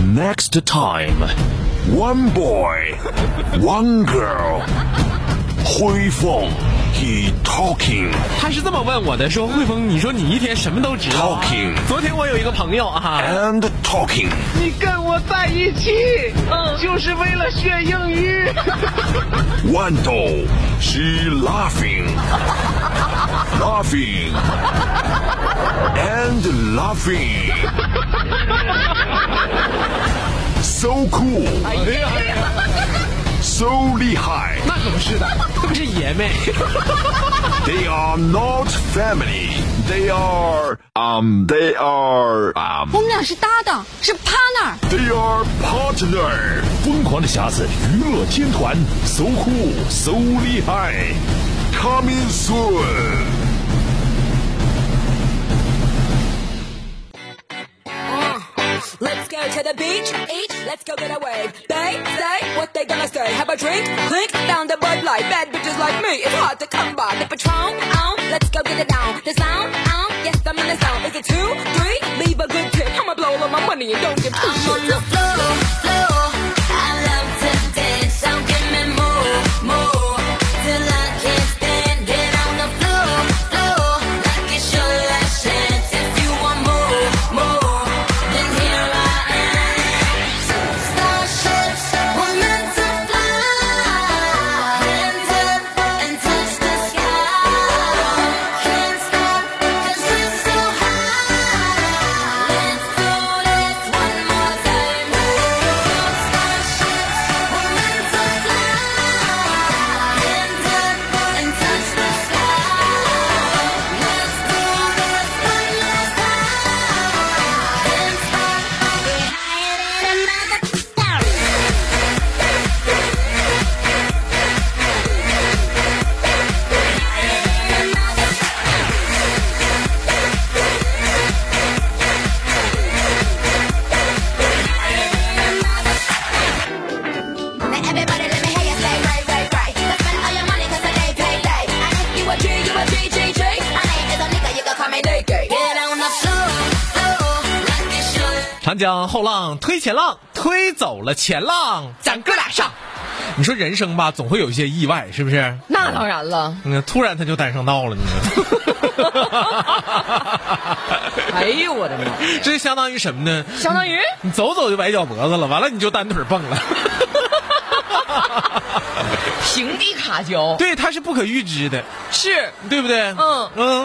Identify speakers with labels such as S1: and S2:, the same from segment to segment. S1: Next time, one boy, one girl. 辉凤，he talking
S2: 他是这么问我的，说汇丰，你说你一天什么都知道啊、
S1: Talking
S2: 昨天我有一个朋友啊，
S1: and talking。
S3: 你跟我在一起，嗯，就是为了学英语。
S1: Wando, she laughing, laughing, and laughing. So cool,
S2: 哎呀，
S1: so 厉害.
S2: 那可不是的，他们是爷们。
S1: They are not family. They are um. They are um.
S4: 我们俩是搭档，是 partner。
S1: They are partner. 疯狂的匣子娱乐天团，so cool, so 厉害. Coming soon.
S5: Let's go to the beach, eat, let's go get a wave. They say what they gonna say. Have a drink, clink, down the Bud Light. Bad bitches like me, it's hard to come by. The Patron, on, let's go get it down. The sound, on, yes, I'm in the sound. Is it two, three? Leave a good tip. I'ma blow all of my money and don't give two
S6: I'm on
S5: shits.
S6: the floor, floor. I love to dance, so give me more, more. Till I can't stand. Get on the floor, floor. Like it's your last chance. If you want more, more, then here I am. Starships were meant to fly, hands up and touch the sky. Can't stop 'cause we're so high. Let's do this one more time. Starships were meant to fly, hands up and touch the sky. Let's do this one more time. Can't stop, we're higher than a mother.
S5: Now everybody let me hear you say, right, right, right. Now spend all your money 'cause I day, pay, day. I like you a G, you a G, G, G. My name is a nigga, you can call me Nicky.
S6: Get on the floor, floor, like it should.
S2: 长江后浪推前浪，推走了前浪，咱哥俩上。你说人生吧，总会有一些意外，是不是？
S7: 那当然了，
S2: 嗯，突然他就单声道 了，你说。
S7: 哎呦我的妈，
S2: 这相当于什么呢？
S7: 相当于
S2: 你走走就崴脚脖子了，完了你就单腿 蹦了。
S7: 平地卡胶，
S2: 对，它是不可预知的，
S7: 是
S2: 对不对？
S7: 嗯
S2: 嗯，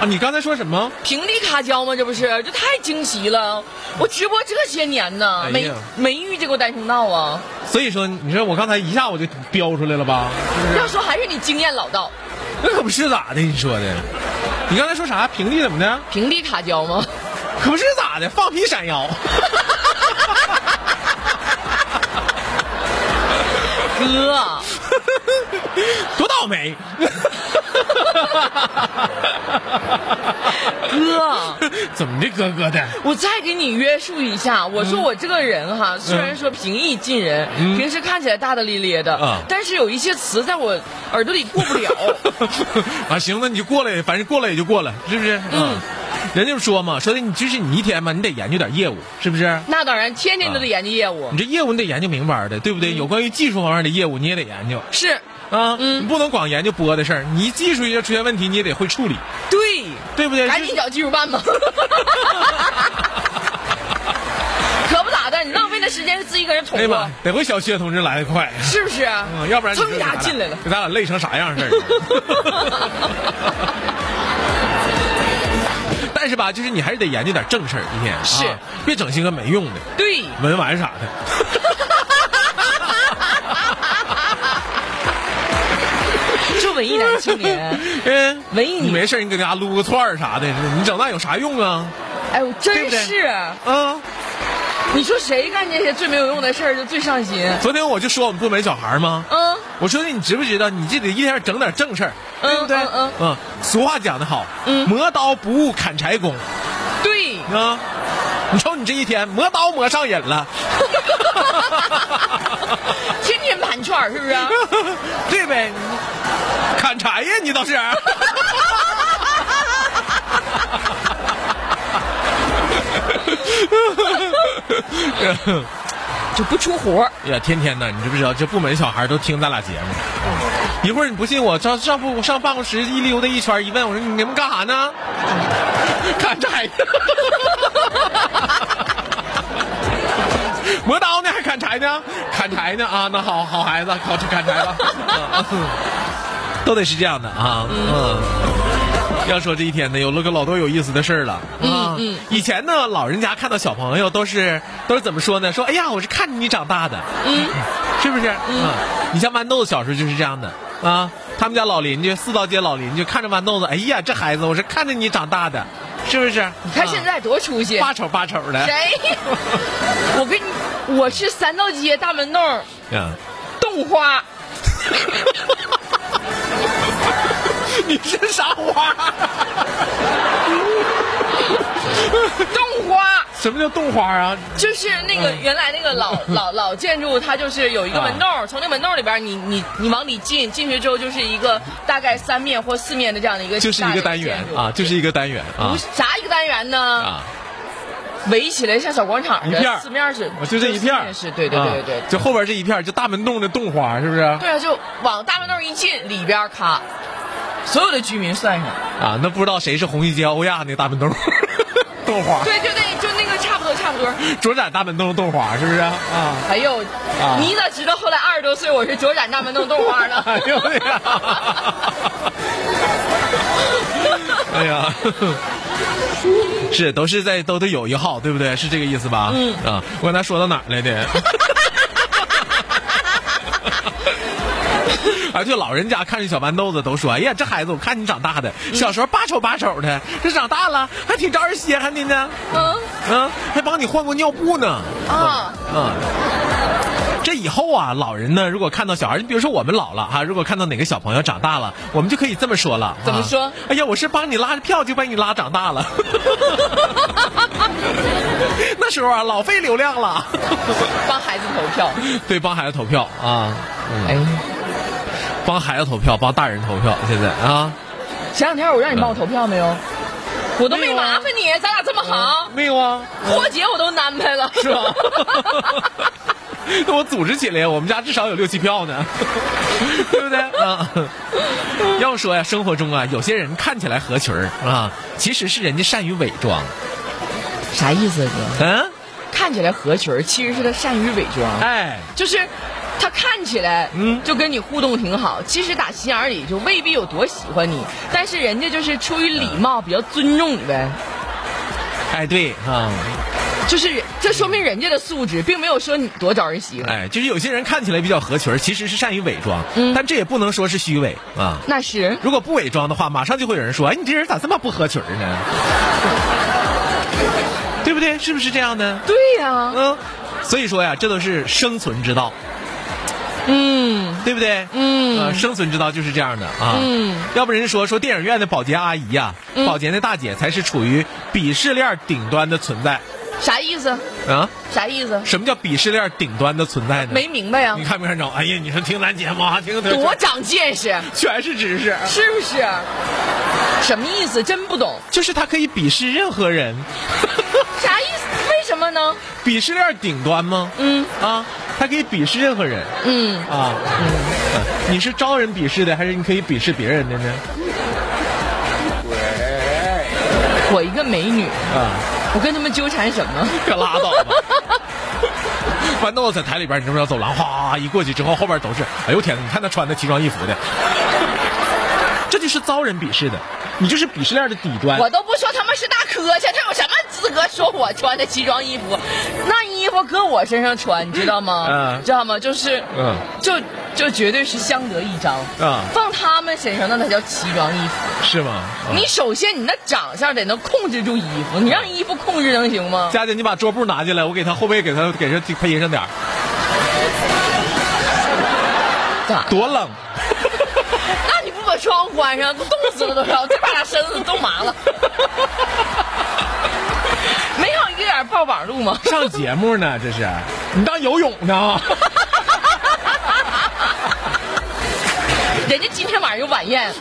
S2: 啊，你刚才说什么？
S7: 平地卡胶吗？这不是，这太惊奇了！我直播这些年呢，
S2: 哎呀
S7: 没没遇见过单声道啊。
S2: 所以说，你说我刚才一下我就飙出来了吧？
S7: 要说还是你经验老道，
S2: 那可不是咋的，你说的。你刚才说啥？平地怎么的？
S7: 平地卡胶吗？
S2: 可不是咋的，放屁闪腰。
S7: 哥，
S2: 多倒霉！
S7: 哥，
S2: 怎么的，哥哥的？
S7: 我再给你约束一下。我说我这个人
S2: 嗯
S7: 哈，虽然说平易近人，平时看起来大大咧咧的，
S2: 啊
S7: 但是有一些词在我耳朵里过不了。
S2: 啊，行，那你就过来，反正过来也就过了，是不是？嗯，人家说嘛，说的你就是你一天嘛，你得研究点业务，是不是？
S7: 那当然，天天都得研究业务，
S2: 你这业务你得研究明白的，对不对？有关于技术方面的业务你也得研究
S7: 是
S2: 啊，
S7: 嗯
S2: 你不能光研究播的事儿，你技术要出现问题你也得会处理，
S7: 对，
S2: 对不对？
S7: 赶
S2: 就
S7: 紧找技术 办吧。可不咋的，你浪费那时间是自己搁这捅
S2: 哎呀
S7: 咕
S2: 妈，，得亏小薛同志来的快，
S7: 是不是？
S2: 嗯，要不然你
S7: 噌
S2: 说
S7: 一
S2: 咱
S7: 下
S2: 俩
S7: 进来了。
S2: 给咱俩累成啥样似 的。但是吧，就是你还是得研究点正事儿，一天
S7: 是
S2: 啊别整些个没用的
S7: 对，
S2: 文玩啥的。
S7: 这文艺男青年，
S2: 嗯，
S7: 文艺
S2: 你没事儿你给大家撸个串儿啥的，你整那有啥用啊？
S7: 哎呦，
S2: 对不
S7: 真
S2: 对
S7: 是，
S2: 啊，
S7: 你说谁干这些最没有用的事儿就最上心？
S2: 昨天我就说我们部门小孩儿吗？
S7: 嗯，
S2: 我说你知不知道，你这得一天整点正事儿，
S7: 嗯
S2: 对不对？
S7: 嗯嗯
S2: 俗话讲得好，
S7: 嗯
S2: 磨刀不误砍柴工
S7: 对，
S2: 啊。你瞅你这一天磨刀磨上瘾了，
S7: 天天盘串儿是不啊 是？
S2: 对呗？砍柴呀，你倒是。啊
S7: 就不出活儿。
S2: 呀，天天的，你知不知道？这部门小孩都听咱俩节目。一会儿你不信我，上上部上办公室一溜达一圈，一问我说你们干啥呢？ 看这还，磨刀呢还砍柴呢？砍柴呢啊？那好好孩子，考去砍柴 吧。啊嗯都得是这样的啊，嗯。要说这一天呢，有了个老多有意思的事儿了啊！嗯以前呢，老人家看到小朋友都是都是怎么说呢？说哎呀，我是看着你长大的，嗯， 是不是？嗯，你像豌豆子小时候就是这样的啊。他们家老邻居四道街老邻居看着豌豆子，哎呀，这孩子我是看着你长大的，是不是？啊你
S7: 他现在多出息，
S2: 八丑八丑的，
S7: 谁？我跟你，我是三道街大门洞儿
S2: 嗯，
S7: 冻花，
S2: 你是啥花？
S7: 冻花
S2: 什么叫冻花啊？
S7: 就是那个原来那个 老老老建筑，它就是有一
S2: 啊
S7: 个门洞儿，从那门洞儿里边儿你你你往里进，进去之后就是一个大概三面或四面的这样的一个
S2: 就是一个单元啊，就是一个单元
S7: 大的建
S2: 啊
S7: 筑，不是啥一个单元呢？
S2: 啊。
S7: 围起来像小广场
S2: 一片儿哦
S7: 的，四面是，
S2: 我就这一片儿，
S7: 是，对对
S2: 啊
S7: 对对对。
S2: 就后边这一片儿，就大门洞的洞花，是不是？
S7: 对啊，就往大门洞一进，里边儿咔，所有的居民算上，
S2: 啊，那不知道谁是红细街欧亚那大门 洞，洞花，
S7: 对，就那就那个差不多差不多。
S2: 卓展大门洞洞花，是不是？啊，
S7: 哎呦，你咋知道后来二十多岁我是九展大门洞动画 呢？
S2: 哎呦我的呀！哎呀， 是都是在都得有一号，对不对？是这个意思吧？嗯啊，我刚才说到哪儿来的？ 啊，就老人家看着小豌豆子都说：“哎呀，这孩子，我看你长大的，
S7: 嗯
S2: 小时候八丑八丑的，这长大了还挺招人稀罕的呢。
S7: 嗯
S2: 嗯，还帮你换过尿布呢。
S7: 啊，
S2: 嗯，这以后啊，老人呢，如果看到小孩，你比如说我们老了哈、如果看到哪个小朋友长大了，我们就可以这么说了。
S7: 怎么
S2: 啊
S7: 说
S2: 哎呀，我是帮你拉着票就把你拉长 大了。 那时候啊，老费流量了，
S7: 帮孩子投票。
S2: 对，帮孩子投票啊，
S7: 哎，
S2: 帮孩子投票，帮大人投票，现在啊，
S7: 前两天我让你帮我投票没有？我都
S2: 没
S7: 没嗯
S2: 有啊
S7: 麻烦你，咱俩这么好，
S2: 没有啊，
S7: 过节我都安排了。
S2: 是吧？ 那我组织起来，我们家至少有六七票呢， 对不对？啊，要说呀，生活中啊，有些人看起来合群儿啊，其实是人家善于伪装。
S7: 啥意思啊，哥？
S2: 嗯，
S7: 看起来合群儿，其实是他善于伪装，
S2: 哎，
S7: 就是。他看起来，
S2: 嗯
S7: 嗯，就跟你互动挺好，其实打心眼儿里就未必有多喜欢你，但是人家就是出于礼貌，比较尊重你呗。
S2: 哎，对啊，
S7: 就是这说明人家的素质，并没有说你多招人喜欢。
S2: 哎，就是有些人看起来比较合群儿，其实是善于伪装，
S7: 嗯
S2: 但这也不能说是虚伪啊。
S7: 那是
S2: 如果不伪装的话，马上就会有人说：“哎，你这人咋这么不合群儿呢？” 对不对？是不是这样呢？
S7: 对呀、
S2: 嗯，所以说呀，这都是生存之道，
S7: 嗯，
S2: 对不对？
S7: 嗯
S2: 呃，生存之道就是这样的啊。
S7: 嗯，
S2: 要不人家说说电影院的保洁阿姨呀、保洁那大姐才是处于鄙视链顶端的存在
S7: 啥意思？
S2: 啊？
S7: 啥意思？
S2: 什么叫鄙视链顶端的存在呢？
S7: 没明白呀、
S2: 你看没看着？哎呀，你说听咱节目啊，听个
S7: 多长见识，啊
S2: 全是知识，
S7: 是不是？什么意思？真不懂，
S2: 就是他可以鄙视任何人，
S7: 啥意思？为什么呢？
S2: 鄙视链顶端吗？
S7: 嗯
S2: 啊，他可以鄙视任何人
S7: 嗯，
S2: 啊。嗯、你是招人鄙视的，还是你可以鄙视别人的呢？
S7: 我一个美女，
S2: 啊。
S7: 我跟他们纠缠什么？
S2: 可拉倒吧。 豌豆子在台里边，你知不知道？走廊哗一过去之后，后边都是，哎呦天哪！你看他穿的奇装异服的，这就是遭人鄙视的，你就是鄙视链的底端。
S7: 我都不说他们是大科去，他有什么资格说我穿的奇装异服？那衣服搁我身上穿，你知道吗？
S2: 嗯
S7: 知道吗？就是，
S2: 嗯
S7: 就就绝对是相得益彰。
S2: 嗯
S7: 放他们身上那才叫奇装异服。
S2: 是吗？啊
S7: 你首先你那长相得能控制住衣服，你让衣服控制能行吗？
S2: 佳啊姐，你把桌布拿进来，我给他后背给他给他配上点儿
S7: 咋
S2: 多冷！啊
S7: 那你不把窗户关上，都冻死了都要，这把俩身子冻麻了。没有一个点爆榜路吗？
S2: 上节目呢，这是你当游泳呢？
S7: 人家今天晚上有晚宴，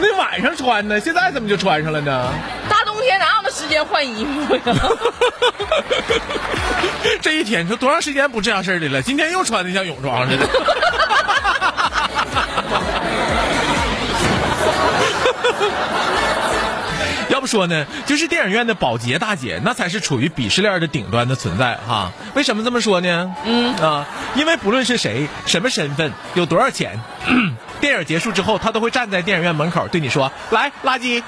S2: 那晚上穿呢，现在怎么就穿上了呢？
S7: 大冬天哪有那时间换衣服呀？
S2: 这一天，你说多长时间不这样式儿的了？今天又穿的像泳装似的。 要不说呢，就是电影院的保洁大姐，那才是处于鄙视链的顶端的存在哈。为什么这么说呢？嗯啊，因为不论是谁、什么身份、有多少钱， 电影结束之后，她都会站在电影院门口对你说：“来，垃圾。”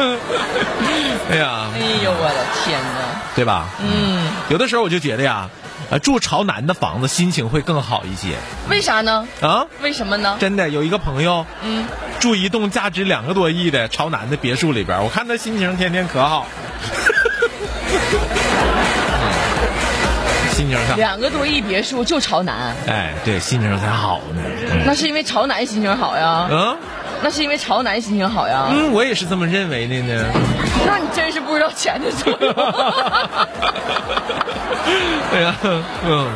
S2: 哎呀，
S7: 哎呦我的天哪！
S2: 对吧？嗯，有的时候我就觉得呀，呃，住朝南的房子心情会更好一些
S7: 为啥呢？
S2: 啊。
S7: 为什么呢？
S2: 真的有一个朋友，嗯，住一栋价值两个多亿的朝南的别墅里边儿，我看他心情天天可好，心情上，
S7: 两个多亿别墅就朝南，
S2: 哎，对，心情才好呢。
S7: 那是因为朝南心情好呀，
S2: 嗯
S7: 那是因为朝南心情好呀。
S2: 嗯，我也是这么认为的 呢。
S7: 那你真是不知道钱的作用。
S2: 哎呀，嗯。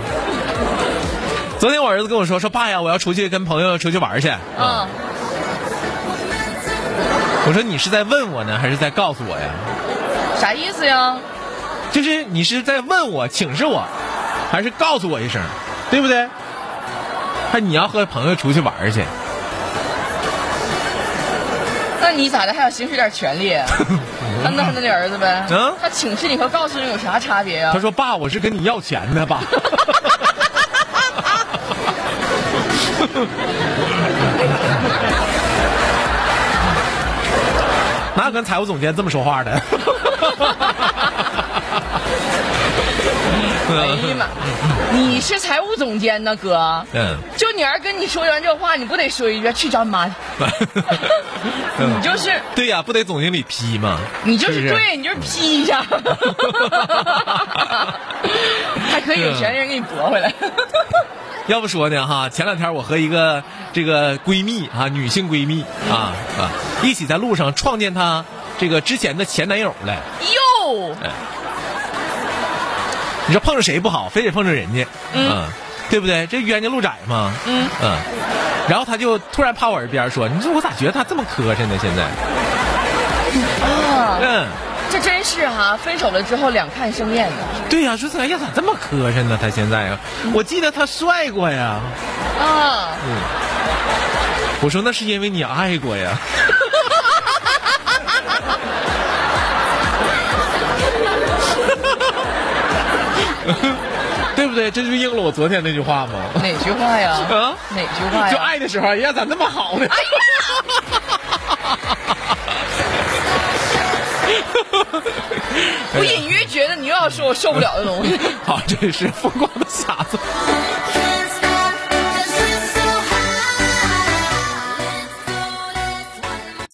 S2: 昨天我儿子跟我说，说爸呀，我要出去跟朋友出去玩去。
S7: 嗯，
S2: 我说你是在问我呢，还是在告诉我呀？
S7: 啥意思呀？
S2: 就是你是在问我请示我，还是告诉我一声，对不对？还你要和朋友出去玩儿去，
S7: 那你咋的还想行使点权利？啊那那那你儿子呗。
S2: 嗯
S7: 他请示你和告诉你有啥差别啊呀
S2: 他？说爸，我是跟你要钱 的爸。哪有跟财务总监这么说话的？
S7: 哎呀妈！你是财务总监呢，哥。
S2: 嗯，
S7: 就你儿跟你说完这话，你不得说一句去找你妈去？你就是
S2: 对呀、不得总经理批吗？
S7: 你就是是
S2: 不是
S7: 对，你就是批一下，还可以有权利人给你驳回来。
S2: 要不说呢哈，前两天我和一个这个闺蜜啊，女性闺蜜啊啊，一起在路上创建她这个之前的前男友了。
S7: 哟，
S2: 你说碰着谁不好，非得碰着人家，嗯、对不对？这冤家路窄嘛，嗯然后她就突然趴我耳边说：“你说我咋觉得她这么磕碜呢？现在，嗯，
S7: 这真是哈、分手了之后两看生厌的
S2: 对呀、说哎呀咋这么磕碜呢？她现在啊，我记得她帅过呀。”
S7: 啊！
S2: 我说那是因为你爱过呀。 对不对？这就应了我昨天那句话吗？
S7: 哪句话呀？
S2: 啊
S7: 哪句话呀？
S2: 就爱的时候，哎呀，咋那么好呢？
S7: 我隐约觉得你又要说我受不了的东西。
S2: 好，这里是疯狂的傻子。